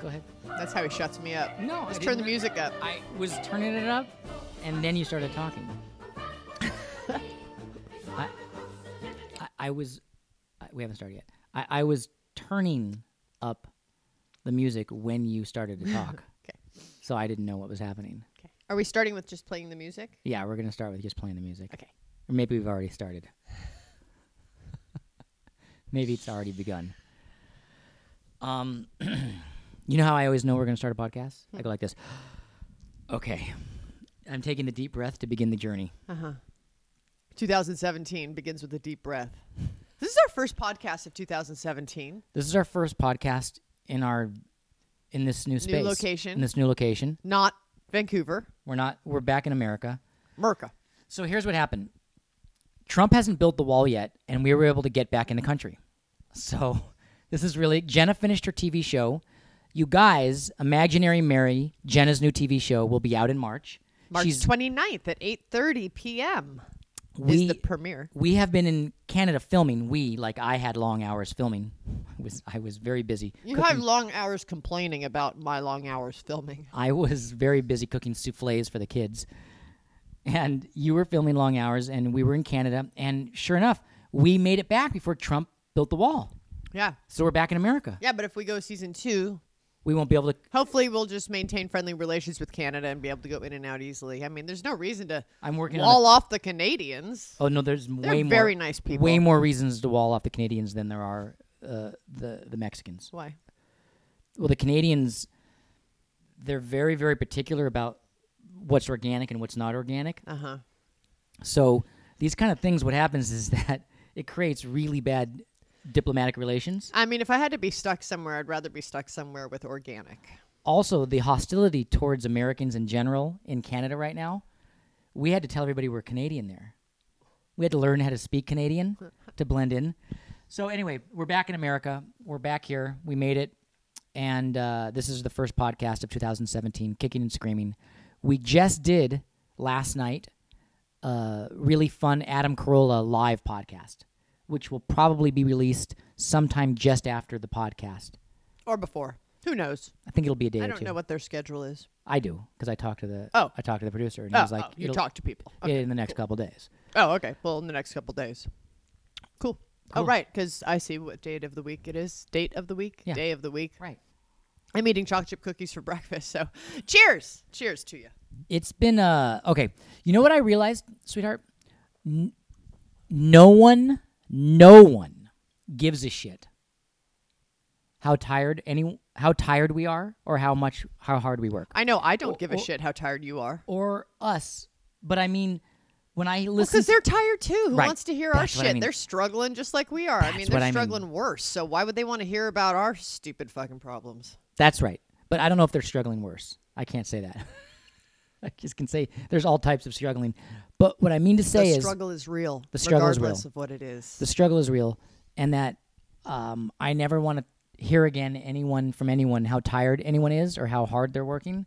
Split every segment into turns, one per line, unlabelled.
Go ahead.
That's how he shuts me up.
No, I
just turn
didn't-
the music up.
I was turning it up, and then you started talking. I, I, I was. I- We haven't started yet. I, I was turning up the music when you started to talk.
Okay.
So I didn't know what was happening.
Okay. Are we starting with just playing the music?
Yeah, we're gonna start with just playing the music.
Okay.
Or maybe we've already started. maybe it's already begun. Um, you know how I always know we're going to start a podcast? I go like this. Okay. I'm taking a deep breath to begin the journey.
2017 begins with a deep breath. This is our first podcast of 2017.
This is our first podcast in our in this new space.
location.
In this new location.
Not Vancouver,
We're not we're back in America.
Merca.
So here's what happened. Trump hasn't built the wall yet, and we were able to get back in the country. So this is really Jenna finished her TV show. You guys, Imaginary Mary, Jenna's new TV show will be out in March.
March
She's-
29th at 8:30 p.m.
We-
is the premiere.
we have been in Canada filming. We like I had long hours filming. I was I was very busy.
You have long hours complaining about my long hours filming.
I was very busy cooking souffles for the kids. And you were filming long hours and we were in Canada and sure enough, we made it back before Trump built the wall.
Yeah.
So we're back in America.
Yeah, but if we go season 2,
We won't be able to
hopefully we'll just maintain friendly relations with Canada and be able to go in and out easily. I mean, there's no reason to
I'm working on
wall off the Canadians.
Oh no, there's way more
very nice people.
Way more reasons to wall off the Canadians than there are uh, the the Mexicans.
Why?
Well, the Canadians they're very very particular about what's organic and what's not organic.
Uh-huh.
So these kind of things, what happens is that it creates really bad diplomatic relations.
I mean, if I had to be stuck somewhere, I'd rather be stuck somewhere with organic.
Also, the hostility towards Americans in general in Canada right now, we had to tell everybody we're Canadian there. We had to learn how to speak Canadian to blend in. So anyway, we're back in America. We're back here. We made it, and uh, this is the first podcast of 2017, kicking and screaming. We just did last night a really fun Adam Carolla live podcast, which will probably be released sometime just after the podcast.
Or before. Who knows?
I think it'll be a day
I
or
don't
two.
know what their schedule is.
I do because I talked to the
Oh.
I talked to the producer and he
Oh,
was like
oh, you
it'll-
talk to people.
yeah, in the next couple days.
Oh, okay. Well, in the next couple days. Cool. Oh, right. Because I see what date of the week it is. Date of the week.
Yeah.
Day of the week.
Right.
I'm eating chocolate chip cookies for breakfast. So, cheers. Cheers to you.
It's been uh okay. You know what I realized, sweetheart? N- no one, no one gives a shit how tired any how tired we are or how much how hard we work
I know I don't give a shit how tired you are.
or us. But I mean, when I listen,
Because they're tired too. Who
Right.
wants to hear
That's
our
what I
shit?
mean.
They're struggling just like we are. I mean,
That's what
they're
I mean.
struggling worse. So, why would they want to hear about our stupid fucking problems?
that's right. But I don't know if they're struggling worse. I can't say that. I just can say there's all types of struggling. But what I mean to say
the
is
struggle is real.
The struggle is real.
regardless of what it is.
the struggle is real and that um, I never want to hear again anyone from anyone how tired anyone is or how hard they're working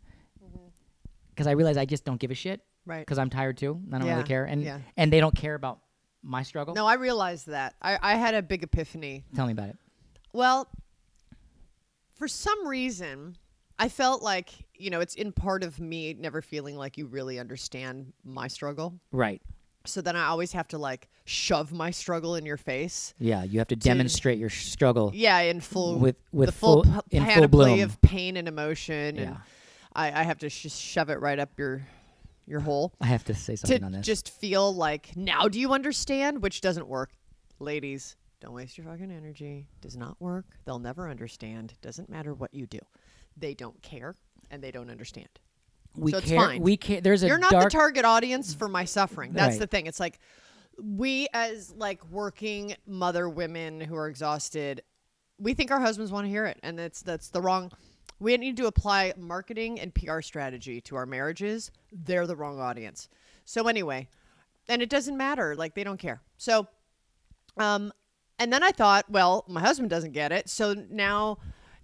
because I realize I just don't give a shit
Mm-hmm. Right.
because I'm tired too and I don't
Yeah,
really care and
yeah.
and they don't care about my struggle.
No, I realized that. I, I had a big epiphany.
Tell me about it.
Well, for some reason, I felt like, you know, it's in part of me never feeling like you really understand my struggle.
Right.
So then I always have to like shove my struggle in your face.
Yeah, you have to demonstrate your struggle.
Yeah, in full
With- with
the
full-
full, p-
in full
panoply
bloom.
of pain and emotion, and
Yeah.
I, I have to sh- shove it right up your your hole.
I have to say something on
to
this.
just feel like now do you understand which doesn't work ladies don't waste your fucking energy does not work they'll never understand doesn't matter what you do they don't care and they don't understand
we
so it's
care.
fine.
We care. There's a
you're not
dark
the target audience for my suffering that's
Right.
the thing it's like we as like working mother women who are exhausted we think our husbands want to hear it and that's that's the wrong we need to apply marketing and pr strategy to our marriages they're the wrong audience so anyway and it doesn't matter like they don't care so um and then i thought well my husband doesn't get it so now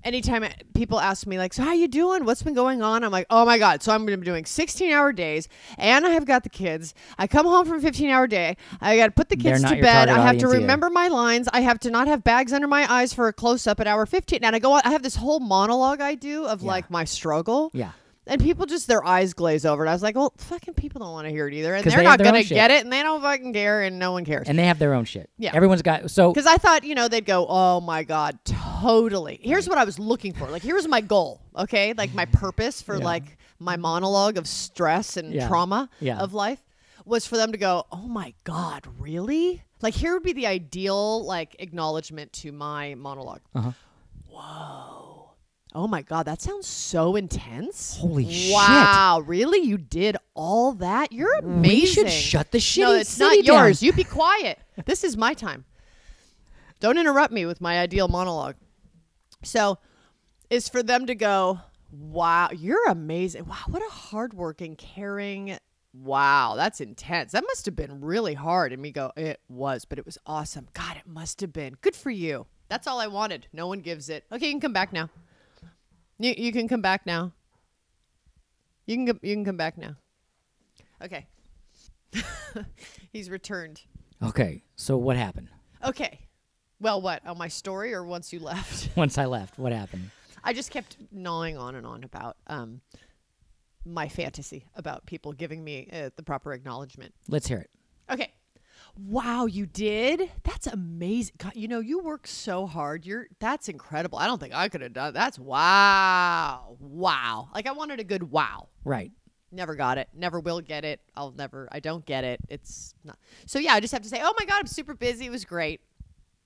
anytime people ask me like, "So how you doing? What's been going on?" I'm like, "Oh my god!" So I'm gonna be doing 16 hour days, and I have got the kids. I come home from a 15 hour day. I got to put the
They're
kids
not
to
your
bed.
target
I have to
audience either.
remember my lines. I have to not have bags under my eyes for a close up at hour 15. And I go on. I have this whole monologue I do of
Yeah.
like my struggle.
Yeah.
And people just their eyes glaze over, and I was like, "Well, fucking people don't want to hear it either, and
'Cause
they're
they have
not
their own
gonna
shit.
get it, and they don't fucking care, and no one cares."
And they have their own shit.
Yeah.
Everyone's got so
Because I thought, you know, they'd go, oh my God, totally. Here's what I was looking for. Like, here was my goal, okay? Like, my purpose for,
Yeah.
like, my monologue of stress and
Yeah.
trauma
Yeah.
of life was for them to go, oh my God, really? Like, here would be the ideal, like, acknowledgement to my monologue.
Uh-huh.
Whoa. Oh my God, that sounds so intense.
Holy
wow,
shit.
Wow, really? You did all that? You're amazing.
we should shut the shitty
No, it's not
city down.
yours. You be quiet. This is my time. Don't interrupt me with my ideal monologue. So, is for them to go, wow, you're amazing. Wow, what a hardworking, caring. Wow, that's intense. That must have been really hard. And me go, it was, but it was awesome. God, it must have been. Good for you. That's all I wanted. No one gives it. Okay, you can come back now. You, you can come back now. You can come, you can come back now. Okay. He's returned.
Okay. So what happened?
Okay. Well, what? On my story or once you left?
Once I left, what happened?
I just kept gnawing on and on about um, my fantasy about people giving me uh, the proper acknowledgement.
Let's hear it.
Okay. Wow, you did? That's amazing. God, you know, you work so hard. You're that's incredible. I don't think I could have done. That's wow. Wow. Like I wanted a good wow.
Right.
Never got it. Never will get it. I'll never. I don't get it. It's not. So yeah, I just have to say, oh my god, I'm super busy. It was great.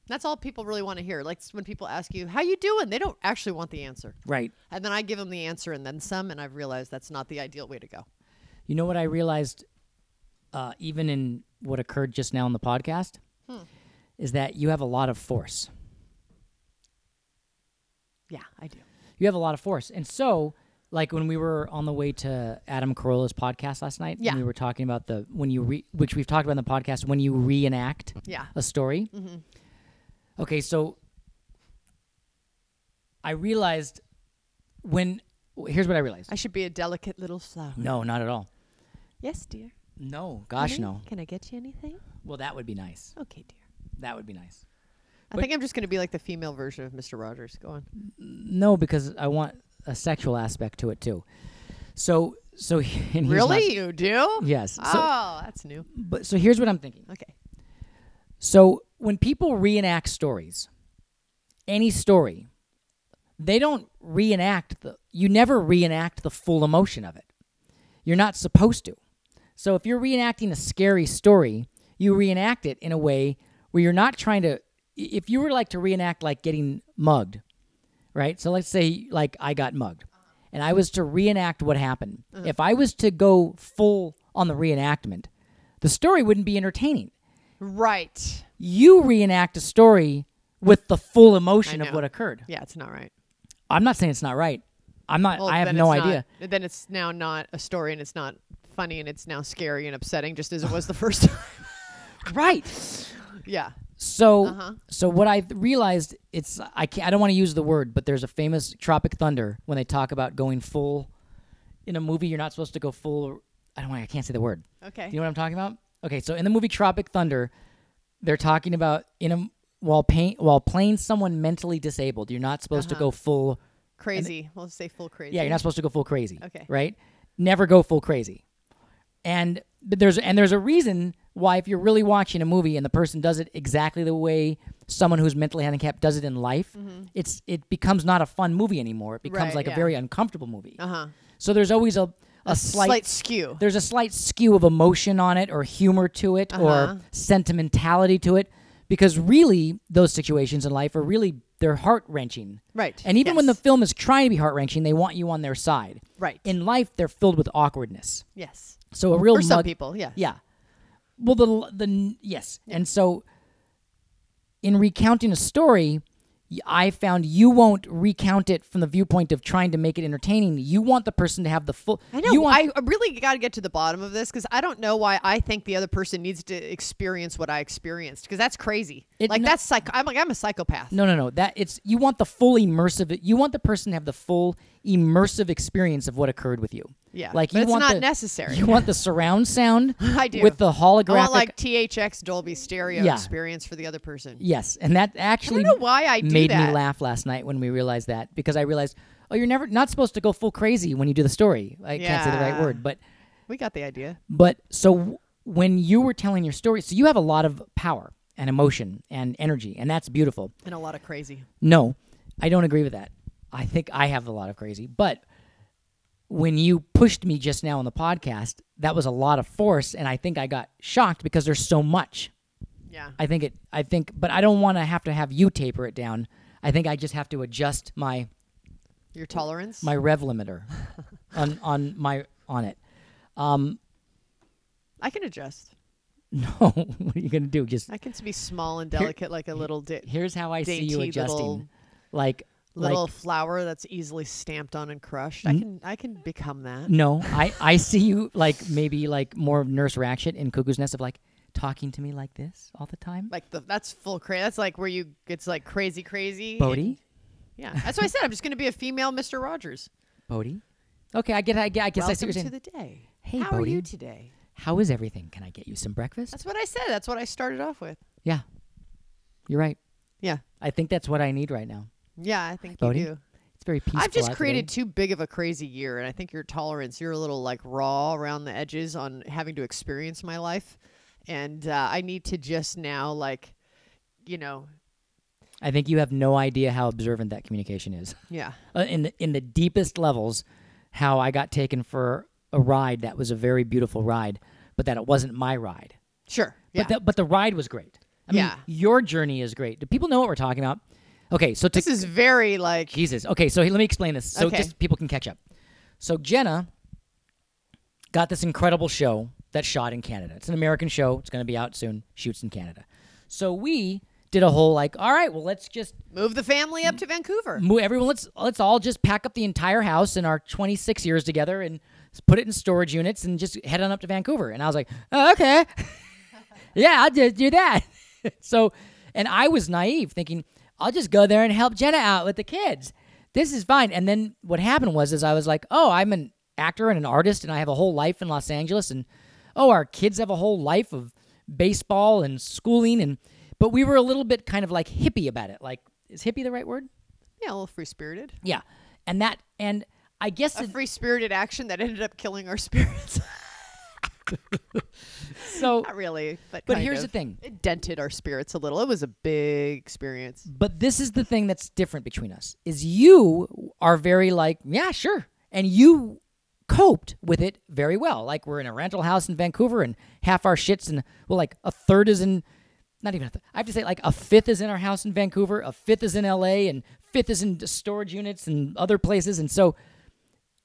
That's all people really want to hear. Like when people ask you, how you doing? They don't actually want the answer.
Right.
And then I give them the answer and then some, and I've realized that's not the ideal way to go.
You know what I realized, uh, even in what occurred just now on the podcast,
Hmm.
is that you have a lot of force.
Yeah, I do.
You have a lot of force, and so like when we were on the way to Adam Carolla's podcast last night,
Yeah.
and we were talking about the when you re, which we've talked about in the podcast when you reenact
Yeah. Mm-hmm.
a story. Okay, so I realized when here's what I realized.
I should be a delicate little flower.
no, not at all.
Yes, dear.
No, gosh,
Honey,
no.
Can I get you anything?
Well, that would be nice.
Okay, dear.
That would be nice.
I
But-
think I'm just going to be like the female version of Mr. Rogers. Go on.
No, because I want a sexual aspect to it too. So, so and here's my-
Really? You do?
yes. So,
oh, that's new.
but so here's what I'm thinking.
Okay.
So when people reenact stories, any story, they don't reenact the. You never reenact the full emotion of it. You're not supposed to. So if you're reenacting a scary story, you reenact it in a way where you're not trying to. i- If you were like to reenact like getting mugged, right? So let's say like I got mugged, and I was to reenact what happened. If I was to go full on the reenactment, the story wouldn't be entertaining
Right.
you reenact a story with the full emotion
I
of
know.
what occurred.
Yeah, it's not right.
I'm not saying it's not right. I'm not.
Well,
I have
then
no
it's not-
idea.
then it's now not a story, and it's not funny, and it's now scary and upsetting, just as it was the first time.
Right.
yeah.
So,
Uh-huh.
so what I realized it's I can't, I don't want to use the word, but there's a famous Tropic Thunder when they talk about going full in a movie. You're not supposed to go full. I don't. want I can't say the word.
Okay.
Do you know what I'm talking about? Okay, so in the movie Tropic Thunder, they're talking about in a while paint while playing someone mentally disabled. You're not supposed
Uh-huh.
to go full
crazy. we'll say full crazy.
Yeah, you're not supposed to go full crazy.
Okay.
Right? Never go full crazy. And but there's and there's a reason why if you're really watching a movie and the person does it exactly the way someone who's mentally handicapped does it in life, it's it becomes not a fun movie anymore. It becomes
Mm-hmm. Right,
like a
yeah.
very uncomfortable movie.
Uh huh.
So there's always a a,
Slight,
slight
skew.
there's a slight skew of emotion on it or humor to it
Uh-huh.
or sentimentality to it because really those situations in life are really they're heart-wrenching.
Right.
And even when the
Yes.
film is trying to be heart-wrenching, they want you on their side.
Right.
In life they're filled with awkwardness.
yes.
So a real
For some
mug-
people, yeah.
yeah. Well, the the yes, and so in recounting a story, y- I found you won't recount it from the viewpoint of trying to make it entertaining. You want the person to have the full.
I know.
You want,
I really got to get to the bottom of this because I don't know why I think the other person needs to experience what I experienced because that's crazy.
It-
like
no-
that's psych. I'm like I'm a psychopath.
No, no, no. That it's you want the full immersive. You want the person to have the full immersive experience of what occurred with you.
Yeah,
like
but
you
it's
want
not
the-
necessary.
You want the surround sound.
I do. Oh,
with the holographic.
I want like THX Dolby stereo
Yeah.
experience for the other person.
yes, and that
I don't
actually
know why I do
made
that.
me laugh last night when we realized that because I realized oh you're never not supposed to go full crazy when you do the story. I can't say the right
Yeah.
word, but
We got the idea.
But so w- when you were telling your story, so you have a lot of power and emotion and energy, and that's beautiful.
And a lot of crazy.
No, I don't agree with that. I think I have a lot of crazy, but when you pushed me just now on the podcast, that was a lot of force, and I think I got shocked because there's so much.
Yeah.
I think it. I think, but I don't want to have to have you taper it down. I think I just have to adjust my
Your tolerance.
my rev limiter on on my on it.
I can adjust.
No, what are you gonna do? Just
I can be small and delicate, like a little di-
here's how I see you
dainty
adjusting.
little-
like
little
like Mm-hmm.
flower that's easily stamped on and crushed. I can I can become that.
no, I I see you like maybe like more of Nurse Ratchet in Cuckoo's Nest of like talking to me like this all the time.
Like the that's full crazy. That's like where you it's like crazy crazy.
Bodhi,
Yeah. That's why I said I'm just going to be a female Mr. Rogers.
Bodhi. Okay, I get I get I guess I see
Welcome
what you're
to
saying.
the day.
Hey,
How are
Bodhi.
you today?
How is everything? Can I get you some breakfast?
That's what I said. That's what I started off with.
yeah. You're right.
Yeah.
I think that's what I need right now.
Yeah, I think
Bodhi?
you do.
It's very peaceful.
I've just
out
created
today.
too big of a crazy year, and I think your tolerance, you're a little like raw around the edges on having to experience my life, and uh, I need to just now like, you know,
I think you have no idea how observant that communication is.
yeah,
uh, in the, in the deepest levels how I got taken for a ride that was a very beautiful ride, but that it wasn't my ride.
sure, yeah.
But the, but the ride was great. I mean,
Yeah.
your journey is great. Do people know what we're talking about? Okay, so to,
this is very like
Jesus. Okay, so let me explain this so
Okay.
just people can catch up. So Jenna got this incredible show that shot in Canada. It's an American show. It's going to be out soon. Shoots in Canada. So we did a whole like, all right, well, let's just
move the family up to Vancouver.
Mo- everyone let's let's all just pack up the entire house in our 26 years together and s- put it in storage units and just head on up to Vancouver and I was like oh, okay yeah I'll just do that so and I was naive thinking I'll just go there and help Jenna out with the kids this is fine and then what happened was is I was like oh I'm an actor and an artist and I have a whole life in Los Angeles and oh our kids have a whole life of baseball and schooling and but we were a little bit kind of like hippie about it like is hippie the right word
Yeah, a little free spirited,
yeah, and that and I guess
a
it-
free spirited action that ended up killing our spirits.
so.
Not really, but
But
kind
here's
of.
the thing.
it dented our spirits a little. It was a big experience.
But this is the thing that's different between us is you are very like yeah sure, and you coped with it very well. Like we're in a rental house in Vancouver, and half our shits and well like a third is in. Not even a th- I have to say like a fifth is in our house in Vancouver, a fifth is in LA, and fifth is in storage units and other places, and so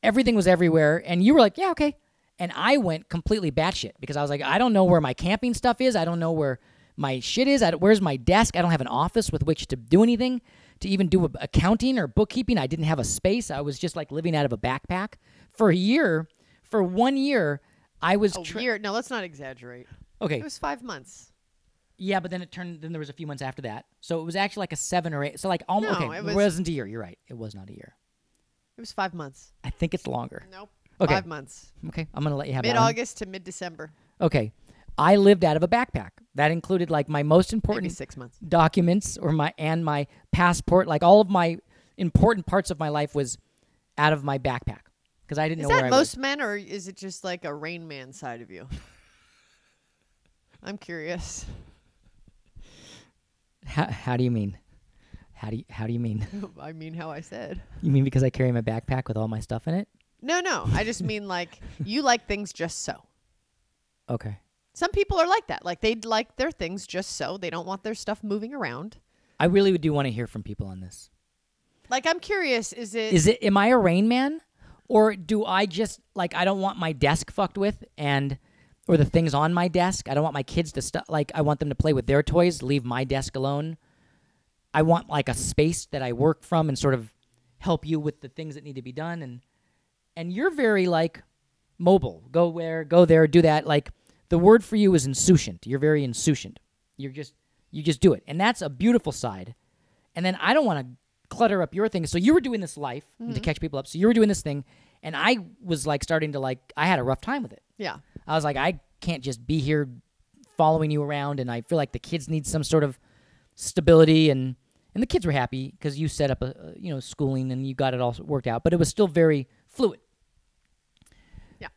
everything was everywhere and you were like yeah okay and i went completely batshit because i was like i don't know where my camping stuff is i don't know where my shit is I, don't- where's my desk i don't have an office with which to do anything to even do accounting or bookkeeping i didn't have a space i was just like living out of a backpack for a year for one year i was
A
tra-
year. No, let's not exaggerate.
okay
It was five months.
yeah but then it turned then there was a few months after that so it was actually like a seven or eight so like almost
No,
okay
it
it,
was-
was, not a year you're right it was not a year
It was five months.
i think it's longer
Nope.
Okay.
Five months.
okay i'm gonna let you have
Mid
that one.
August to mid December.
Okay. I lived out of a backpack. That included like my most
Maybe
important
six months.
documents or my and my passport, like all of my important parts of my life was out of my backpack because I didn't
Is
know where
that
I
most
was.
men or is it just like a rain man side of you? I'm curious.
How, how do you mean? How do you, how do you mean?
I mean how I said.
You mean because I carry my backpack with all my stuff in it?
No, no. I just mean like you like things just so.
Okay.
Some people are like that. Like they'd like their things just so. They don't want their stuff moving around.
I really would do want to hear from people on this.
Like I'm curious, is it
Is it am I a rain man or do I just like I don't want my desk fucked with and or the things on my desk. I don't want my kids to stu like I want them to play with their toys, leave my desk alone. I want like a space that I work from and sort of help you with the things that need to be done and and you're very like mobile. Go where, go there, do that. Like the word for you is insouciant. You're very insouciant. You're just You just do it. And that's a beautiful side. And then I don't want to clutter up your thing. So you were doing this life to catch people up. So you were doing this thing. And I was like starting to like, I had a rough time with it.
Yeah.
I was like, I can't just be here following you around, and I feel like the kids need some sort of stability. And and the kids were happy because you set up a a, you know schooling and you got it all worked out, but it was still very fluid.
Yeah.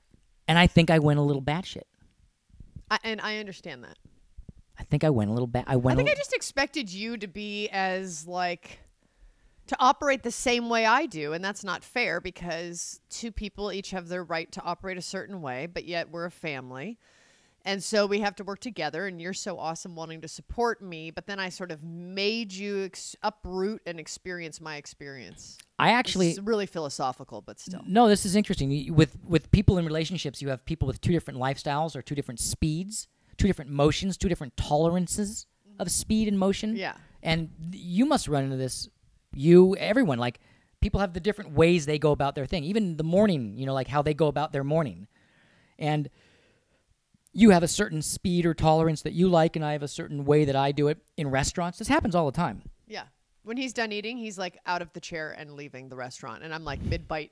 And I think I went a little batshit.
I, and I understand that.
I think I went a little bat. I
I
went. a
think I
li-
just expected you to be as like to operate the same way I do, and that's not fair because two people each have their right to operate a certain way, but yet we're a family. And so we have to work together, and you're so awesome wanting to support me, but then I sort of made you ex- uproot and experience my experience.
I
This
actually Mm.
is really philosophical, but still.
No, this is interesting. You- With with people in relationships, you have people with two different lifestyles or two different speeds, two different motions, two different tolerances of speed and motion.
Yeah.
And you must run into this you everyone like people have the different ways they go about their thing. Even the morning, you know, like how they go about their morning. And you have a certain speed or tolerance that you like and I have a certain way that I do it in restaurants. This happens all the time.
Yeah. When he's done eating, he's like out of the chair and leaving the restaurant, and I'm like mid bite.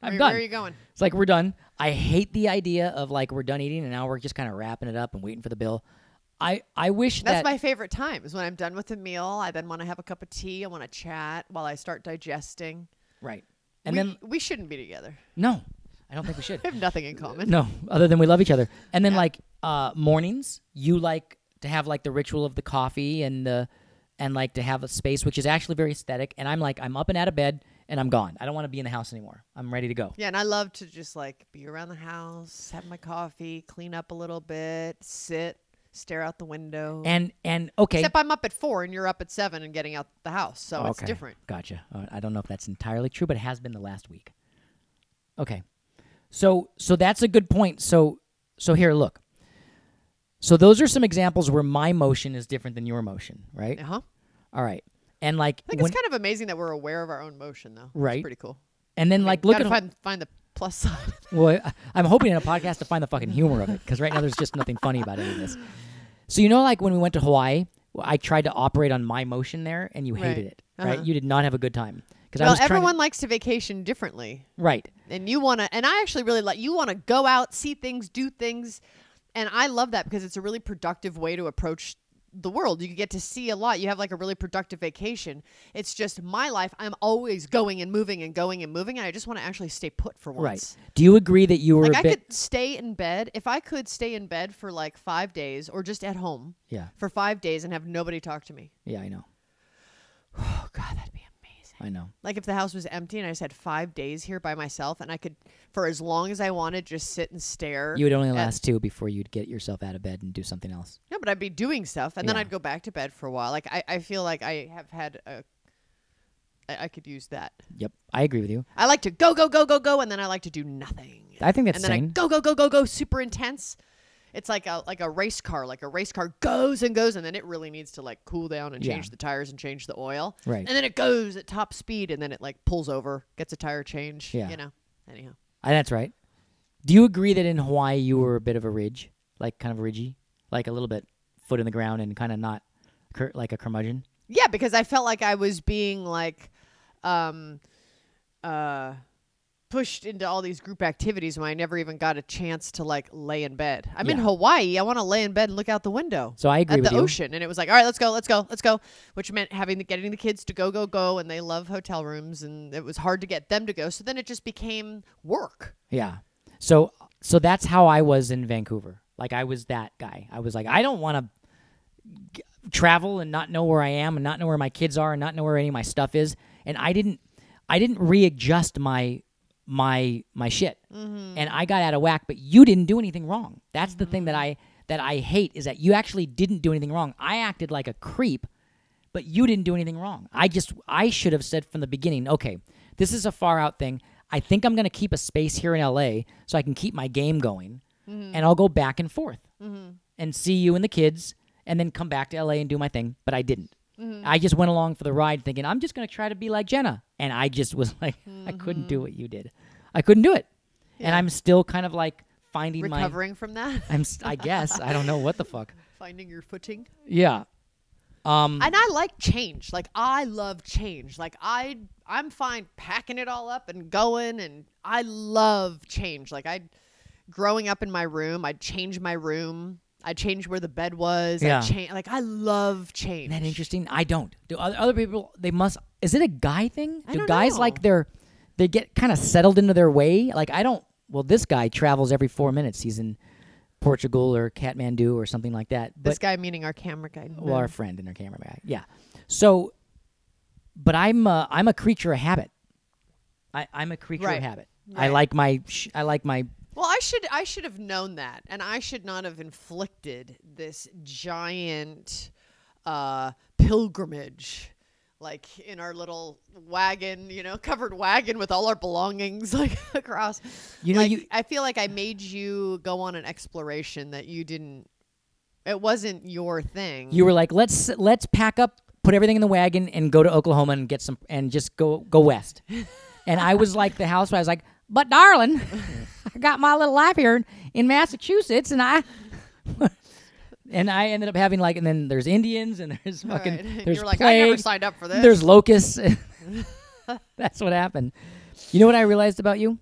I'm
where,
done.
where are you going?
It's like we're done. I hate the idea of like we're done eating and now we're just kind of wrapping it up and waiting for the bill. I I wish
That's
that
my favorite time is when I'm done with a meal. I then want to have a cup of tea. I want to chat while I start digesting.
right. And
we,
then
we shouldn't be together.
no, I don't think we should.
We have nothing in common.
no, other than we love each other. And then like uh, mornings, you like to have like the ritual of the coffee and the and like to have a space which is actually very aesthetic. And I'm like I'm up and out of bed and I'm gone. I don't want to be in the house anymore. I'm ready to go.
Yeah, and I love to just like be around the house, have my coffee, clean up a little bit, sit, stare out the window.
And and okay,
Except I'm up at four and you're up at seven and getting out the house, so Oh, it's
Okay.
different.
Gotcha. All right. I don't know if that's entirely true, but it has been the last week. Okay. So so that's a good point. So so here, look. So those are some examples where my motion is different than your motion, right?
Uh huh.
All right. And like
I think
when,
it's kind of amazing that we're aware of our own motion, though. It's
Right.
pretty cool.
and then like look
Gotta
at
find find the plus side.
well, I- I'm hoping in a podcast to find the fucking humor of it because right now there's just nothing funny about any of this. So you know, like when we went to Hawaii, well, I tried to operate on my motion there, and you hated
Right.
it,
Uh-huh.
right? You did not have a good time because I
well,
was trying to-
everyone likes to vacation differently.
right.
and you want to and i actually really like you want to go out see things do things and i love that because it's a really productive way to approach the world you get to see a lot you have like a really productive vacation it's just my life i'm always going and moving and going and moving and i just want to actually stay put for once
Right. Do you agree that you were
like
a
i
bit?
could stay in bed if i could stay in bed for like five days or just at home
yeah.
for five days and have nobody talk to me
Yeah, I know.
oh god that'd be amazing
I know.
Like if the house was empty and I just had five days here by myself and I could, for as long as I wanted, just sit and stare.
You would only
at-
last two before you'd get yourself out of bed and do something else.
No, but I'd be doing stuff and then
Yeah.
I'd go back to bed for a while. Like I, I feel like I have had a, I, I could use that.
Yep, I agree with you.
I like to go, go, go, go, go, and then I like to do nothing.
I think that's
and then I
sane.
go, go, go, go, go, super intense. It's like a like a race car. Like a race car goes and goes, and then it really needs to like cool down and
Yeah.
change the tires and change the oil.
Right.
And then it goes at top speed, and then it like pulls over, gets a tire change.
Yeah.
You know. Anyhow.
Ah, that's right. Do you agree that in Hawaii you were a bit of a ridge, like kind of ridgy, like a little bit foot in the ground and kind of not cur- like a curmudgeon?
Yeah, because I felt like I was being like um uh pushed into all these group activities when I never even got a chance to like lay in bed. I'm in
Yeah.
Hawaii. I want to lay in bed and look out the window.
So I agree
at
with
the
you.
ocean and it was like, "All right, let's go. Let's go. Let's go." Which meant having the, getting the kids to go go go and they love hotel rooms and it was hard to get them to go. So then it just became work.
Yeah. So so that's how I was in Vancouver. Like I was that guy. I was like I don't want to travel and not know where I am and not know where my kids are and not know where any of my stuff is and I didn't I didn't readjust my my my shit. And I got out of whack, but you didn't do anything wrong. That's the thing that I that I hate is that you actually didn't do anything wrong. I acted like a creep, but you didn't do anything wrong. I just I should have said from the beginning, okay, this is a far out thing. I think I'm going to keep a space here in LA so I can keep my game going and I'll go back and forth and see you and the kids and then come back to LA and do my thing. But I didn't. I just went along for the ride thinking, I'm just going to try to be like Jenna. And I just was like, I couldn't do what you did. I couldn't do it. And I'm still kind of like finding my.
Recovering from that,
I'm, s- I guess. I don't know what the fuck.
finding your footing.
Yeah. Um,
and I like change. Like I love change. Like I I'm fine packing it all up and going and I love change. Like I growing up in my room, I'd change my room. I changed where the bed was.
Yeah.
I change like I love change.
Isn't that interesting? I don't. Do other, other people? They must. Is it a guy thing?
I
Do
don't
guys
know.
like their? They get kind of settled into their way. Like I don't. Well, this guy travels every four minutes. He's in Portugal or Kathmandu or something like that. But
this guy meaning our camera guy.
well, our friend and our camera guy. Yeah. So, but I'm a, I'm a creature of habit. I, I'm a creature
Right.
of habit. I
Right.
like my sh- I like my
Well, I should I should have known that, and I should not have inflicted this giant uh, pilgrimage, like in our little wagon, you know, covered wagon with all our belongings, like across.
You know,
Like,
you-
I feel like I made you go on an exploration that you didn't. It wasn't your thing.
you were like let's let's pack up put everything in the wagon and go to oklahoma and get some and just go go west and i was like the housewife I was like but darling i got my little life here in, in massachusetts and i and i ended up having like and then there's indians and there's
All
fucking
right.
there's
You're like I never
plague,
signed up for this.
there's locusts that's what happened you know what i realized about you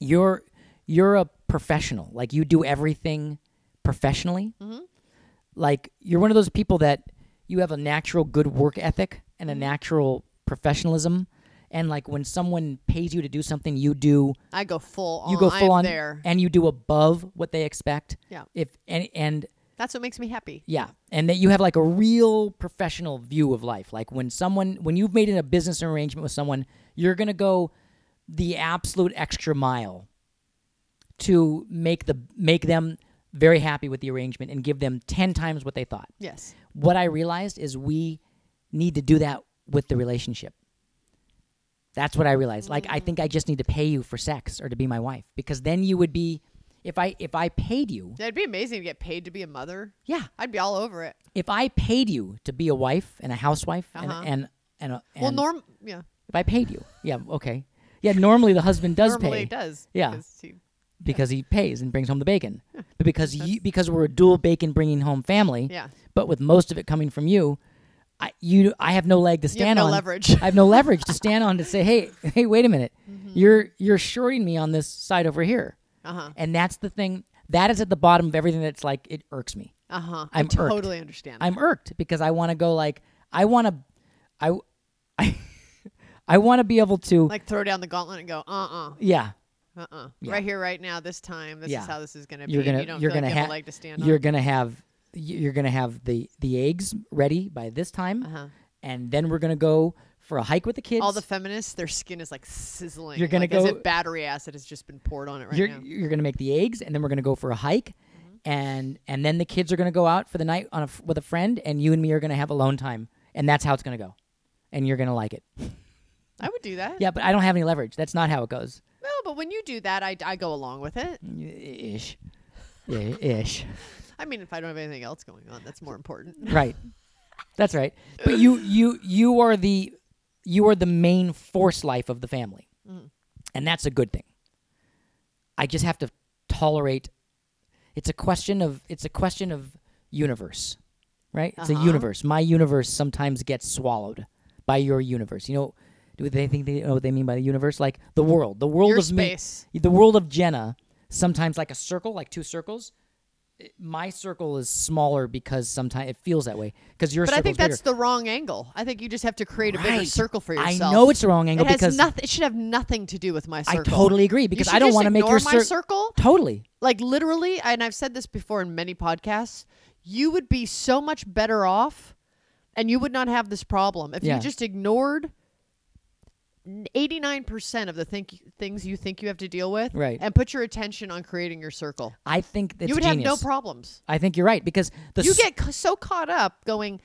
you're you're a professional like you do everything professionally
Mm-hmm.
like you're one of those people that you have a natural good work ethic and
Mm-hmm.
a natural professionalism and like when someone pays you to do something you do
I go full. On.
you go full
Oh, I'm
on
there.
and you do above what they expect
Yeah.
if and and
That's what makes me happy.
yeah, and that you have like a real professional view of life. Like when someone, when you've made a business arrangement with someone, you're gonna go the absolute extra mile to make the make them very happy with the arrangement and give them ten times what they thought.
Yes.
What I realized is we need to do that with the relationship. That's what I realized. Like I think I just need to pay you for sex or to be my wife because then you would be if I if I paid you,
It'd be amazing to get paid to be a mother.
yeah,
I'd be all over it.
if I paid you to be a wife and a housewife
Uh-huh.
and and and, a, and
Well, norm, yeah,
if I paid you, yeah, okay, yeah. Normally the husband does
normally
pay
it does.
Yeah.
because he-
because he pays and brings home the bacon, but because you because we're a dual bacon bringing home family,
yeah.
but with most of it coming from you, I you I have no leg to
You
stand
have no
on.
leverage. Mm-hmm.
I have no leverage to stand on to say, hey, hey, wait a minute, you're you're shorting me on this side over here,
Uh huh.
and that's the thing that is at the bottom of everything that's like it irks me.
Uh huh. I
Uh-huh. I'm irked.
totally understand.
I'm irked because I want to go like I want to I I I want to be able to
like throw down the gauntlet and go, uh uh-uh, uh,
yeah
uh uh
Yeah.
right here, right now, this time, this
Yeah.
is how this is gonna be.
you're
and
gonna
you don't
you're
feel
gonna
like you have
ha-
a leg to stand
you're gonna have you're gonna have the the eggs ready by this time
on. Uh huh.
and then we're gonna go for a hike with the kids
All the feminists, their skin is like sizzling.
You're gonna
like as
go-
if battery acid has just been poured on it right
you're
now. Mm-hmm.
you're gonna make the eggs and then we're gonna go for a hike and and then the kids are gonna go out for the night on a f with a friend and you and me are gonna have alone time and that's how it's gonna go and you're gonna like it
I would do that.
yeah but I don't have any leverage that's not how it goes
No, but when you do that, I, I go along with it.
ish yeah, ish
I mean, if I don't have anything else going on, that's more important.
right that's right but you you you are the you are the main force life of the family
Mm.
and that's a good thing i just have to tolerate it's a question of it's a question of universe right it's a
Uh-huh.
universe my universe sometimes gets swallowed by your universe you know do they think they know what they mean by the universe like the world the world
Your
of me-
space.
the world of jenna sometimes like a circle like two circles it- my circle is smaller because sometimes it feels that way because your
But I
circle's
think
bigger.
that's the wrong angle. I think you just have to create a bigger
Right.
circle for yourself.
I know it's the wrong angle
It has
because
nothing. It should have nothing to do with my
I
circle.
totally agree because I don't want to make your
circle.
cir-
my circle.
totally
Like literally, and I've said this before in many podcasts. You would be so much better off, and you would not have this problem if
Yeah.
you just ignored eighty nine percent of the think things you think you have to deal with,
Right.
And put your attention on creating your circle.
I think that's
you would
genius.
have no problems.
I think you're right because the
You
s-
get c- so caught up going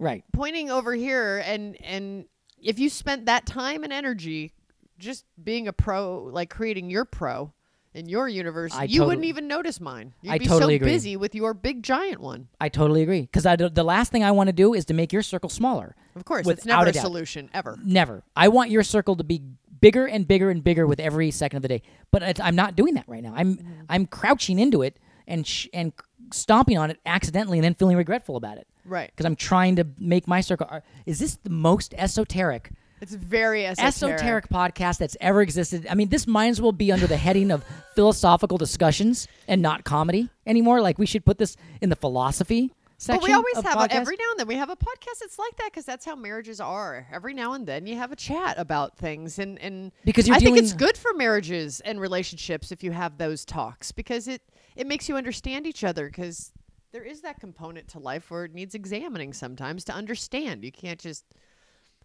right
pointing over here and and if you spent that time and energy just being a pro like creating your pro in your universe
I
you wouldn't
totally-
even notice mine you'd
I
be
totally
so
agree.
busy with your big giant one
I totally agree because the last thing I want to do is to make your circle smaller
of course it's
Without
never
a
a
doubt.
solution ever
never I want your circle to be bigger and bigger and bigger with every second of the day but it's, I'm not doing that right now I'm
Mm.
I'm crouching into it and sh- and c- stomping on it accidentally and then feeling regretful about it
Right.
Because I'm trying to make my circle. are- Is this the most esoteric,
It's very esoteric.
esoteric podcast that's ever existed? I mean, this might as well be under the heading of philosophical discussions and not comedy anymore. Like we should put this in the philosophy section.
But we always
of
have
podcasts.
a, every now and then we have a podcast that's like that because that's how marriages are. Every now and then you have a chat about things, and and
Because you're
I think it's
dealing-
good for marriages and relationships if you have those talks because it it makes you understand each other because there is that component to life where it needs examining sometimes to understand. You can't just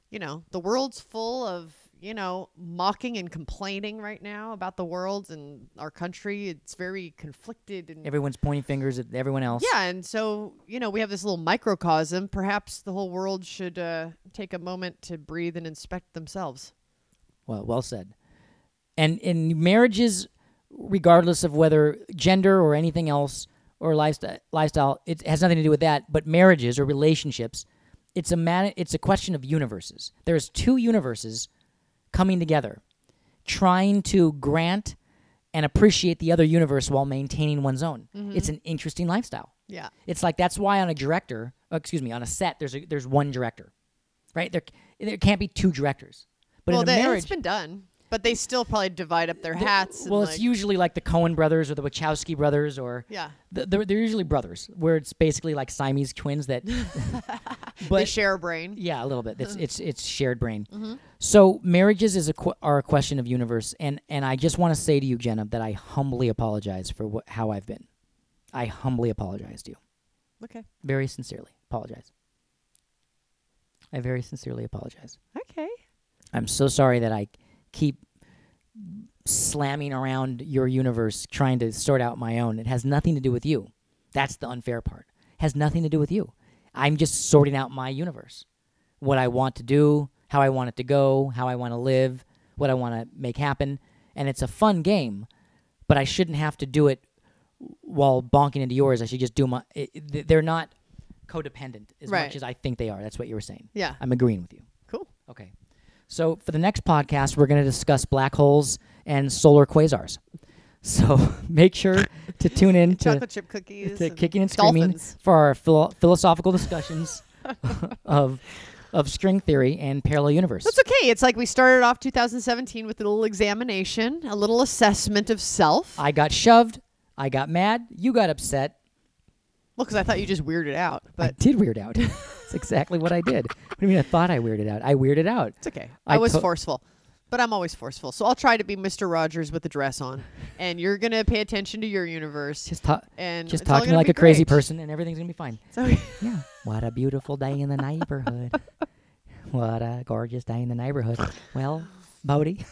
you know the world's full of you know mocking and complaining right now about the world and our country. It's very conflicted and
Everyone's pointing fingers at everyone else.
yeah, and so you know we have this little microcosm. Perhaps the whole world should uh, take a moment to breathe and inspect themselves.
Well, well said. And in marriages, regardless of whether gender or anything else or lifestyle, lifestyle, it has nothing to do with that. But marriages or relationships, it's a man, it's a question of universes. There's two universes coming together, trying to grant and appreciate the other universe while maintaining one's own.
Mm-hmm.
It's an interesting lifestyle.
Yeah,
It's like that's why on a director, oh, excuse me, on a set, there's a, there's one director, right? There there can't be two directors. But
well,
in a
that-
marriage,
it's been done, but they still probably divide up their hats.
well,
and,
it's
like-
usually like the Cohen brothers or the Wachowski brothers, or
Yeah.
Th- they're, they're usually brothers, where it's basically like Siamese twins that,
they Mm-hmm.
but
share a brain.
yeah, a little bit. It's it's it's shared brain. So marriages is a qu- are a question of universe, and and I just want to say to you, Jenna, that I humbly apologize for wh- how I've been. I humbly apologize to you,
Okay.
very sincerely apologize. I very sincerely apologize.
Okay.
I'm so sorry that I keep slamming around your universe trying to sort out my own. It has nothing to do with you. That's the unfair part. It has nothing to do with you. I'm just sorting out my universe. What I want to do, how I want it to go, how I want to live, what I want to make happen. And it's a fun game, but I shouldn't have to do it while bonking into yours. I should just do my. It, it- they're not codependent as
Right.
much as I think they are. That's what you were saying.
Yeah.
I'm agreeing with you.
Cool.
Okay. So for the next podcast, we're going to discuss black holes and solar quasars. So make sure to tune in to,
Chocolate chip cookies.
to
and
Kicking and Screaming
dolphins.
for our philo- philosophical discussions of of string theory and parallel universe.
That's okay. It's like we started off 2017 with a little examination, a little assessment of self. Well,
I got shoved. I got mad. You got upset.
'cause I thought you just weirded out,
I
but
did weird out. That's exactly what I did. What do you mean I thought I weirded out? I weirded out.
It's okay.
I
I, was
to-
forceful, but I'm always forceful. So I'll try to be Mr. Rogers with a dress on, and you're gonna pay attention to your universe.
Just, ta-
And
just
it's all
talking
gonna
like
be
a crazy
great.
person and everything's going to be fine.
So
Yeah. What a beautiful day in the neighborhood. what a gorgeous day in the neighborhood. Well, Bodie,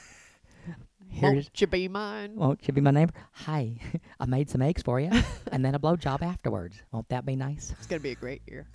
here's
won't you be mine?
won't you be my neighbor? Hi, I made some eggs for you, and then a blowjob afterwards. Won't that be nice?
It's gonna be a great year.